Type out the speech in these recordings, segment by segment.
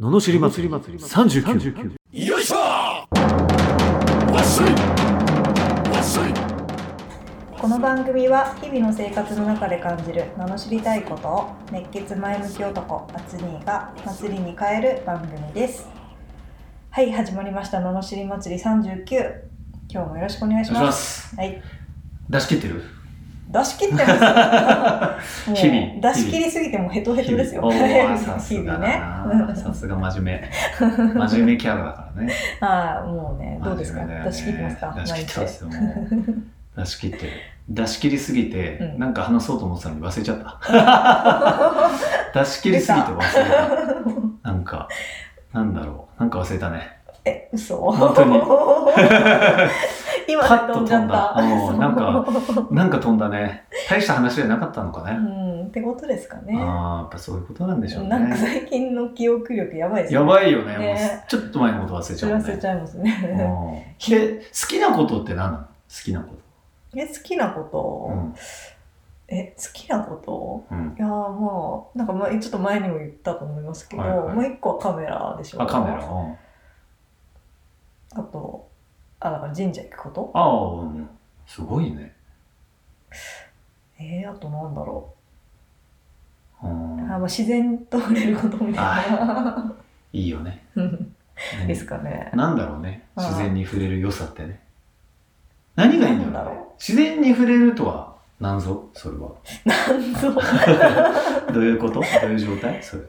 ののしり祭り39よいしょわっしょいわっしょいこの番組は日々の生活の中で感じる名の知りたいことを熱血前向き男アツニーが祭りに変える番組ですはい始まりました「ののしり祭り39」今日もよろしくお願いしお願いますしますはい出し切ってる出し切って ますよもう日々出し切りすぎてもうヘトヘトですよお ーさ日す々がねだうんな さすが真面目真面目キャラだからね ああもうね どうですか、真面目だよね出し切ってますか出し切ってま毎日すよもう出し切ってる出し切りすぎて、うんなんか話そうと思ってたのに忘れちゃった 出し切りすぎて忘れたなんかなんだろうなんか忘れたねえ嘘本 当に今パッとで飛飛んんじゃっだたうん なんかなんか飛んだね大した話じゃなかったのかね、うんってことですかね。ああ、やっぱそういうことなんでしょうなんかね。最近の記憶力やばいですね。やばいよね。もうねちょっと前のこと忘れちゃうもん忘れねち。ゃいますね。うんで、好きなことって何なの好きなこえ、好きなことと。、うん。え、好きなことうん。いやーまあ、なんかまあちょっと前にも言ったと思いますけど、はいはいもう一個はカメラでしょうあ、カメラ。うん。あと、あ、だから神社行くことああ、うん。すごいね。えー、あとなんだろうう。んあまあ、自然と触れることみたいな。いいよね。うんうん ですかね。なんだろうね。うん自然に触れる良さってね。何がいいんだなんだろうねろ。自然に触れるとは何ぞそれは。なんぞ。どういうことどういう状態それ。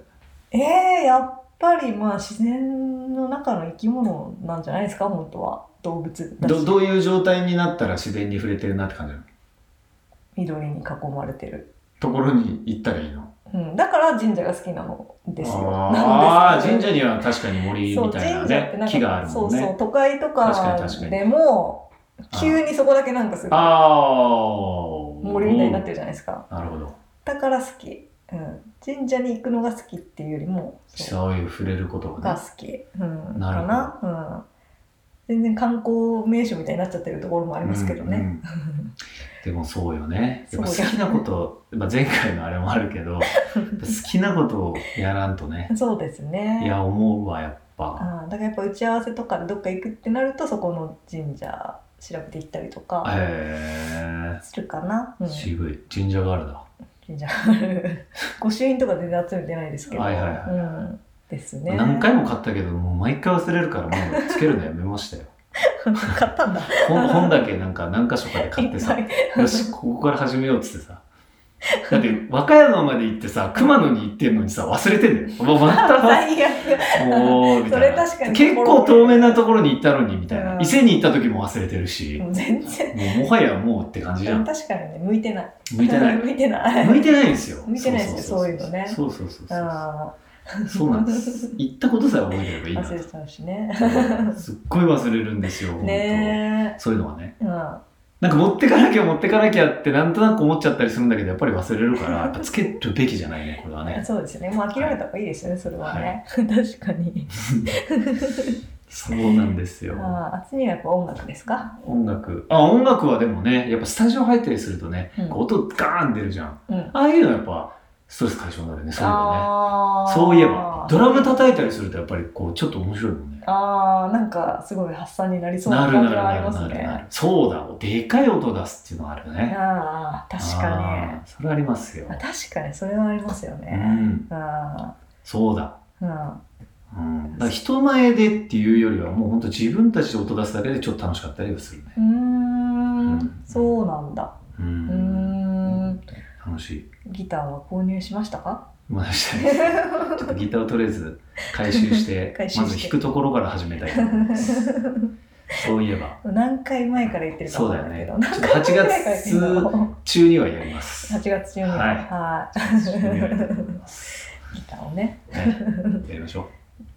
えー、やっぱりまあ自然の中の生き物なんじゃないですか、本当は。動物だしどどういう状態になったら自然に触れてるなって感じなの緑に囲まれてる、ところに行ったらいいのうん、だから神社が好きなのですよああ、なん神です社には確かに森けどみたいなそう神社ってねなん、か木があるもんね。そうそう都会と確かにか確かにでも急にそこだけなんかすごいああ、森みたいになってるじゃないですか、うんなるほど。だから好き、うん、神社に行くのが好きっていうよりもそうそういう触れることががね。好き、うん、なるほどかな、うん、全然観光名所みたいになっちゃってるところもあありますけどね、でもそうよね。やっぱ好そうだきなこと、まあ、前回のあれもあるけど、やっぱ好きなことをやらんとね。 そうですねいや、思うわ、やっぱ。あーだからやっぱ打ち合わせとかでどっか行くってなるとそこの神社調べて行ったりとかへするかな、うえ、ん、渋い。神社があるだ。神社 御朱印とか全然集めてないですけど、はいはいはいうん、ですね何回も買買ったけど、もう毎回忘れるから、もうつけるのやめましたよ。ったんだ 本本だけなんか何箇所かで買ってさいっぱいよし、ここから始めようっつってさ。だって、和歌山まで行ってさ、熊野に行ってんのにさ、忘れてんだよ。もうまた、 最悪もう、みたいな。それ確かに結構透明なところに行ったのに、みたいうな。ん伊勢に行った時も忘れてるし、ももう全然うもはやもうって感じじゃん。確かにね向いてない向いてない 。向いてない向いてないんですよ。向いてないですよそういうのねそうそうそうそう。あそうなんです。行ったことさえ覚えてればいいーな忘れちゃうしねと。すっごい忘れるんですよ、本ね当そういうのはね。え、うん、なんか持ってかなきゃ持ってかなきゃってなんとなく思っちゃったりするんだけどやっぱり忘れるからやっぱつけるべきじゃないねこれは ねそうですねもう諦めた方がいいですよね、それはね、 確かにそうなんですよああ厚みはやっぱ音楽ですか音楽あ音楽はでもねやっぱスタジオ入ったりするとね、うんこう音ガーン出るじゃんうんああいうのやっぱストレス解消になるねそういうのねあーそういえばドラム叩いたりするとやっぱりこうちょっと面白いもんねあーなんかすごい発散になりそうななる感なじるがあなりるますなるなねるそうだでかい音出すっていうのはあるよねああ確かあーそれありますよにあ確かにそれはありますようねんあそうだーうんうんだから人前でっていうよりはもう本当自分たちで音出すだけでちょっと楽しかったりはするね、うーんそうなんだううんーん楽しいギターは購入しましたかまあした いちょっとギターをとりあえず回収して回収してまず弾くところから始めたいと思います そういえば何回前から言ってるかそうわだかよんないけねど、ちょっと8何回前から言ってんだ月ろ中にはやりますう8月中にははいはいやりたいと思います ギターをね はいやりましょ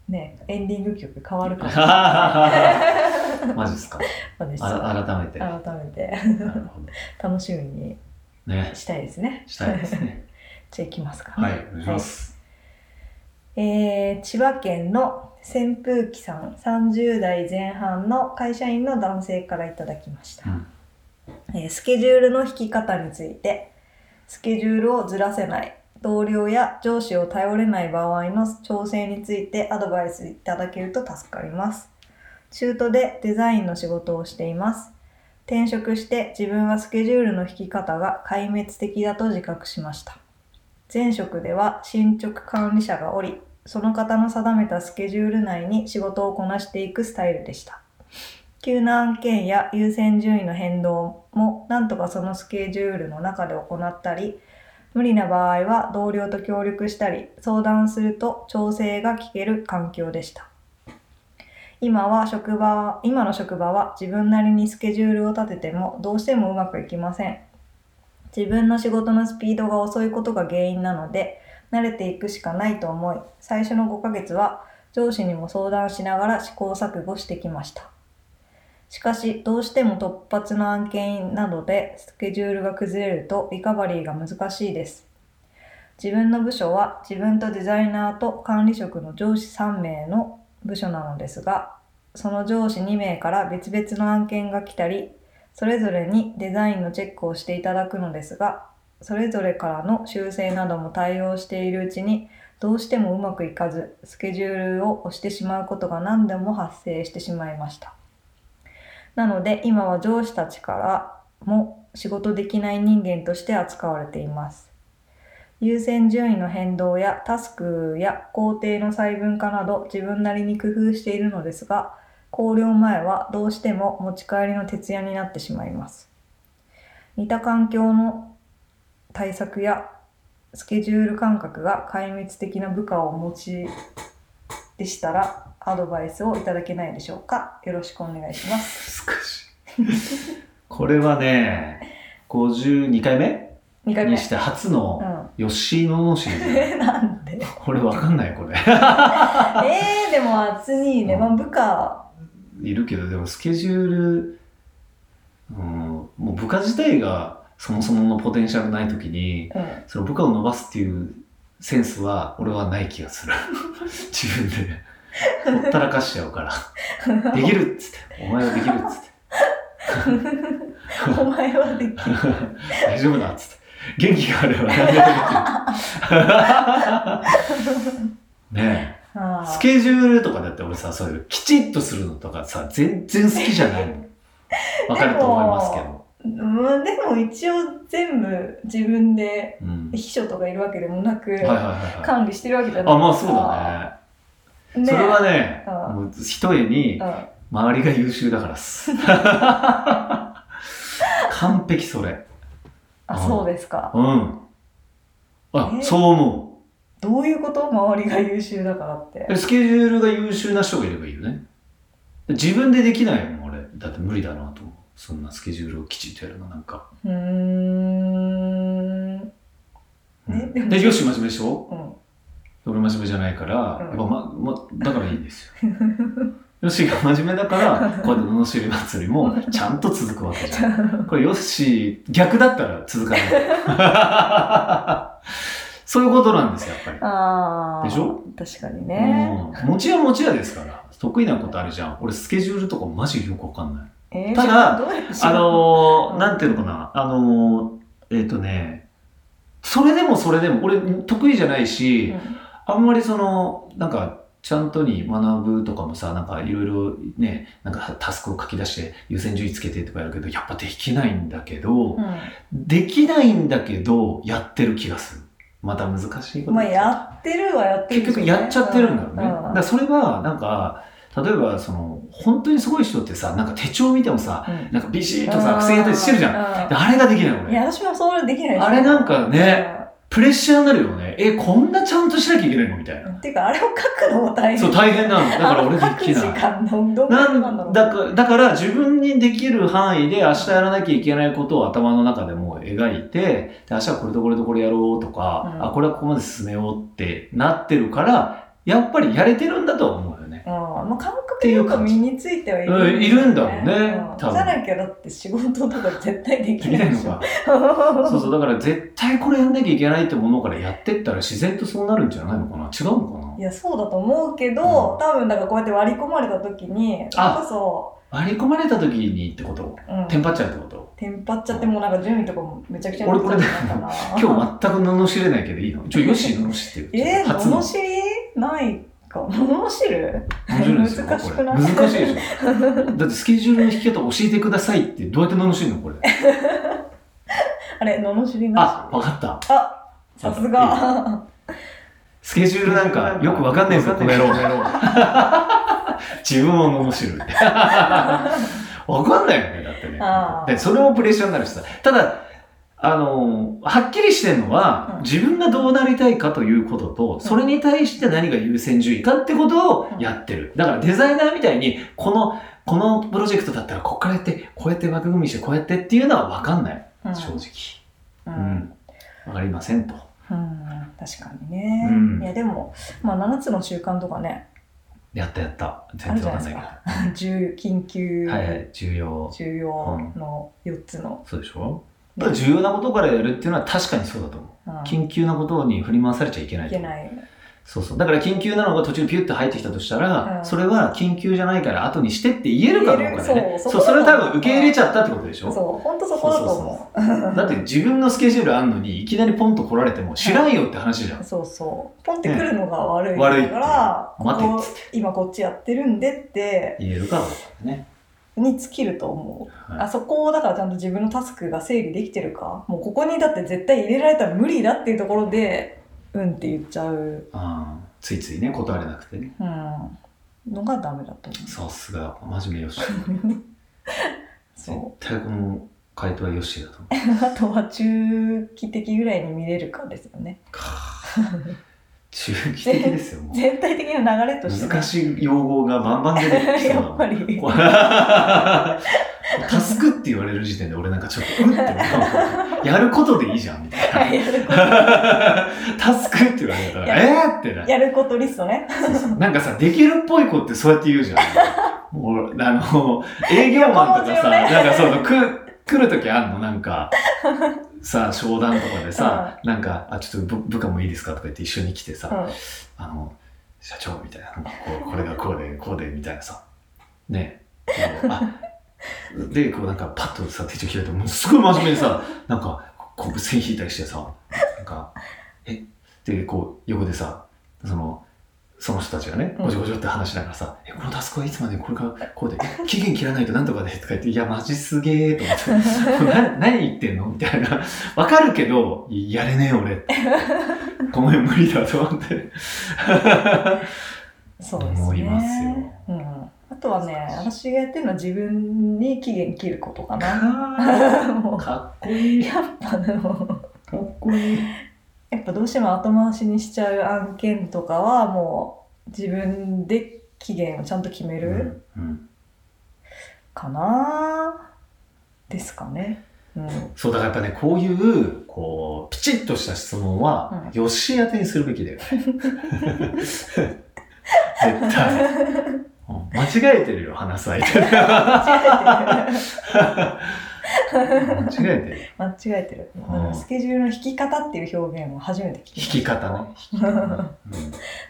うねエンディング曲変わるからマジですかまあねあ改めてな改めて るほど楽しみにねしたいですねしたいですねじゃあ行きますか、はいお願いします、えー千葉県の扇風機さん30代前半の会社員の男性からいただきました、うんえースケジュールの引き方についてスケジュールをずらせない同僚や上司を頼れない場合の調整についてアドバイスいただけると助かります。中途でデザインの仕事をしています。転職して自分はスケジュールの引き方が壊滅的だと自覚しました。前職では進捗管理者がおり、その方の定めたスケジュール内に仕事をこなしていくスタイルでした。急な案件や優先順位の変動もなんとかそのスケジュールの中で行ったり、無理な場合は同僚と協力したり、相談すると調整が効ける環境でした。今は職場、今の職場は自分なりにスケジュールを立ててもどうしてもうまくいきません。自分の仕事のスピードが遅いことが原因なので、慣れていくしかないと思い、最初の5ヶ月は上司にも相談しながら試行錯誤してきました。しかし、どうしても突発の案件などでスケジュールが崩れるとリカバリーが難しいです。自分の部署は自分とデザイナーと管理職の上司3名の部署なのですが、その上司2名から別々の案件が来たり、それぞれにデザインのチェックをしていただくのですが、それぞれからの修正なども対応しているうちに、どうしてもうまくいかず、スケジュールを押してしまうことが何度も発生してしまいました。なので今は上司たちからも仕事できない人間として扱われています。優先順位の変動やタスクや工程の細分化など自分なりに工夫しているのですが、考慮前はどうしても持ち帰りの徹夜になってしまいます。似た環境の対策やスケジュール感覚が壊滅的な部下をお持ちでしたらアドバイスをいただけないでしょうか。よろしくお願いします。難しい。これはね、52回目二回目。にして初のうん。 吉野の市。なんでこれわかんない、これ。えー、でも、あつにね、まあ、部下、いるけど、でもスケジュール、うん、もう部下自体がそもそものポテンシャルないときに、うん。その部下を伸ばすっていうセンスは、俺はない気がする。 自分で。ほったら かしちゃうから。できるっつって。お前はできるっつって。 お前はできる。大丈夫だっつって。元気があれば何でもできる。 ねあえ。ースケジュールとかだって俺さ、そういうきちっとするのとかさ、全然好きじゃない の。わかると思いますけど。うん、でも一応全部自分でうん。秘書とかいるわけでもなく、はいはいはいはい。管理してるわけじゃないあ、まあそうだねね。それはね、うんもうひとえにう周りが優秀だからっす。 完璧それ。ん、あそうですか、うん。あ、えそう思どういうこと周りが優秀だからってう。スケジュールが優秀な人がいればいいよね。自分でできないもん、俺。だって無理だなと思う。そんなスケジュールをきちっとやるの、なんか。うーんううんんでもで、よし、真面目でしょ俺真面目じゃないから、やっぱま、ま、だからいいんですよ。 よしが真面目だから、こうやって罵り祭りもちゃんと続くわけじゃん。これよし、逆だったら続かない。 そういうことなんですよ、やっぱり。ああでしょ確かにね、うん、持ちは持ちやですから得意なことあるじゃん俺スケジュールとかマジでよくわかんないえーただどうやって仕事あのーうんなんていうのかなあのーえっ、とねそれでもそれでも俺得意じゃないし、うあんまりそのなんかちゃんとに学ぶとかもさなんかいろいろねなんかタスクを書き出して優先順位つけてとかやるけどやっぱできないんだけど、んできないんだけどやってる気がするまた難しいこと言っちゃう、うんまあやってるはやってる結局やっちゃってるんだろうね。うだかんらそれはなんか、例えばその、本当にすごい人ってさ、なんか手帳見てもさ、うんなんかビシッとさ、付箋やったりしてるじゃん。でゃあれができないいや俺。私もそれはできないですあれなんかね、プレッシャーになるよね。え、こんなちゃんとしなきゃいけないのみたいな。うんていうかあれを書くのも大変そう、大変なの。だから俺あの書できく時ない。間のどんななもなんだろんだうかだから自分にできる範囲で明日やらなきゃいけないことを頭の中でもう描いてで明日はこれとこれとこれやろうとか、うんあこれはここまで進めようってなってるからやっぱりやれてるんだとは思うよね。うんまあ、感覚っていうか身についてはいるうんいるんだろうねんじ多分ゃなきゃだって仕事とか絶対ででききなないいでのしょか。そうそう、だから絶対これやんなきゃいけないってものからやってったら自然とそうなるんじゃないのかな違うの いやそうだと思うけど、うん多分だからこうやって割り込まれた時にそれあこそ、かな割り込まれた時にってことうん、テンパっちゃうってことテンパっちゃってもうなんか準備とかもめちゃくちゃになっちゃったから今日全く罵れないけどいいのちょ、よし、罵ってよ。えー、初の物知りないか物知る面白いですよ、難こしれ。くない難しいでしょ。だってスケジュールの引き方教えてくださいってどうやって罵るのこれ。あれ物知りあな、わかった。しあさすがスケジュールなんかよくわかんないぞ、この野郎。自分を罵る。わかんないよね、だってねあ。ーでそれもプレッシャーになるしさ。ただ、あのーはっきりしてるのは、うん自分がどうなりたいかということと、それに対して何が優先順位かってことをやってる。だからデザイナーみたいに、この、このプロジェクトだったらこっからやって、こうやって枠組みして、こうやってっていうのはわかんない。うん正直。ううんん。わかりませんと。うん確かにね、うんいやでも、まあ、7つの習慣とかね やったやった。あ全るじ然ゃわなかいんないですけど。か重緊急、はいはい、重要。重要の4つの、そうでしょだから重要なことからやるっていうのは確かにそうだと思う。うん緊急なことに振り回されちゃいけないいとけ思う。ないそうそう。だから緊急なのが途中でピュッと入ってきたとしたら、うんそれは緊急じゃないから後にしてって言えるかどうかだ言えねる。そそううそそこだとれ思うは多分受け入れちゃったってことでしょそう本当そこだと思うだって自分のスケジュールあんのに、いきなりポンと来られても知らんよって話じゃん。そうそうポンってくるのが悪いね悪いっだてから、待てっここ今こっちやってるんでって言えるかどうかだね。に尽きると思う、はいあそこをだからちゃんと自分のタスクが整理できてるかもうここにだって絶対入れられたら無理だっていうところでうんって言っちゃう、あーついついね、断れなくてね。うん、のがダメだと思さうすが、真面目よし。絶 そ対この回答はよしだと思う。うあとは中期的ぐらいに見れるかですよね中期的です よ、もう。全体的な流れとしてね、難しい用語がバンバン出てきそうやだっぱりこれ タスクって言われる時点で俺なんかちょっとうんって思うやることでいいじゃんみたいな やるこタスクって言われたらやえーってなとやることリストね なんかさできるっぽい子ってそうやって言うじゃんもうあの営業マンとか横さ、文字なよねんかそうく来る時あんのなんかさ商談とかでさ、なんかあちょっと部部下もいいですかとか言って一緒に来てさ、うあの、社長みたいな、なんかこうこれがこう で、こうで、みたいなさ。ねえ。あで、こうなんかパッとさ、手帳開いて、もうすごい真面目にさ、なんか、こう線引いたりしてさ、なんか、えで、こう横でさ、その、その人たちがね、うんごじょごじょって話しながらさ、え、このタスクはいつまでこれからこうで、え期限切らないとなんとかで、とか言って、いや、マジすげえ、と思って。 な何言ってんのみたいな。わかるけど、やれねえ俺。ごめん、無理だと思って。ん、そうですね。思いますようん、あとはね、私がやってるのは自分に期限切ることかな。 もかっこいうい。やっぱあの、かっこいい。やっぱどうしても後回しにしちゃう案件とかはもう自分で期限をちゃんと決めうるんうんかな、ですかね。うん、 そう、だからやっぱね、こういう、こう、ピチッとした質問は、よし当てにするべきだよね。絶対。うん間違えてるよ、話す相手。間違間違えてえてる。る。間違えてる。うんスケジュールの引き方っていう表現を初めて聞き引ましたき方ね。引き方ね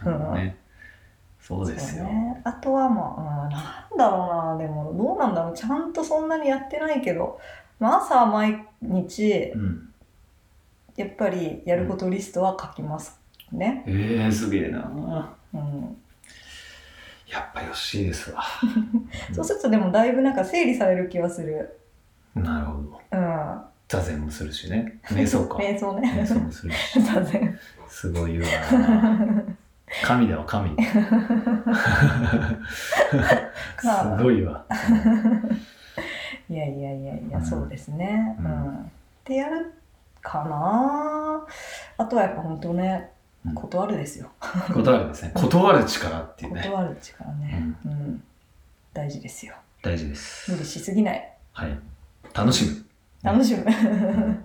うんうんなんかねそうですよ。ね、あとはまあ、うん、なんだろうなでもどうなんだろうちゃんとそんなにやってないけど、まあ、朝毎日うんやっぱりやることリストは書きますね、ええ、すげえな。うん、やっぱよしですわ。そうするとでもだいぶなんか整理される気はする、なるほど。うん、座禅もするしね。瞑想か。 瞑想瞑ね想もするし。 座禅すごいわ。神だわ、神。すごいわ。いやいやいやいうやんそうですねう、うんんってやるかなあとはやっぱ本当ねうん断るですよ断るですね。断る力っていうね。断る力ね、うん、大事ですよ大事です。無理しすぎないはい。楽しむ。楽しむん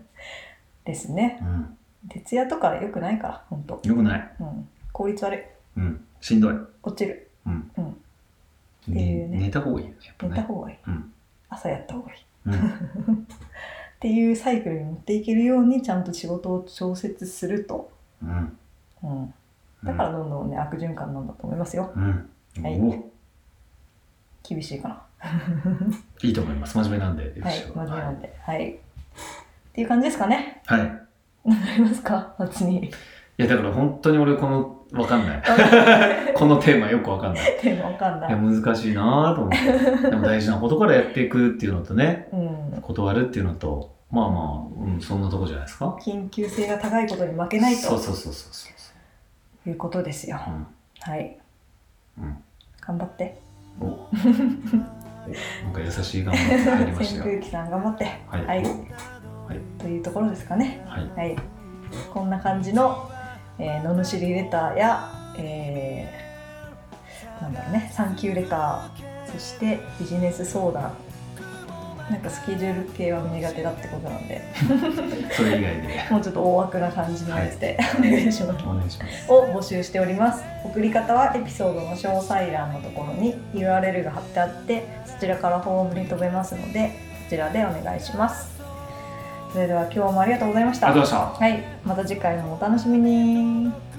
ですねうん。徹夜とか良くないから本当、よくない。うん、効率悪いうん。しんどい。落ちるうん。っていうね寝た方がいいよねやっぱ寝たね、方がいい、うん朝やった方がいいうん、 っていうサイクルに持っていけるようにちゃんと仕事を調節すると、うんうん、だからどんどんね、悪循環なんだと思いますようん、はいお厳しいかないいと思います真面目なんでよろはしいく真面目なんではいっていう感じですかねはい、はいありますか夏にいやだから本当に俺このわかんないわかんない このテーマよくわかんないいでもわかんないや難しいなぁと思ってでも大事なことからやっていくっていうのとねうん断るっていうのとまあまあ、うん、そんなとこじゃないですか緊急性が高いことに負けないそうとそうそうそうそういうことですようんはい、うん頑張ってお おなんか優しい頑張って入りまし扇たよ風機さん頑張ってはいはいはいというところですかねはいはい、こんな感じの、えー、罵りレターや、えーなんだろうね、産休レター、そしてビジネス相談、なんかスケジュール系は苦手だってことなんで、それ以外でもうちょっと大枠な感じのやつで、お願いします。お願いしますを募集しております送り方はエピソードの詳細欄のところに URL が貼ってあってそちらからホームに飛べますのでそちらでお願いしますそれでは今日もありがとうございましたありがとうございましたはい、また次回もお楽しみに。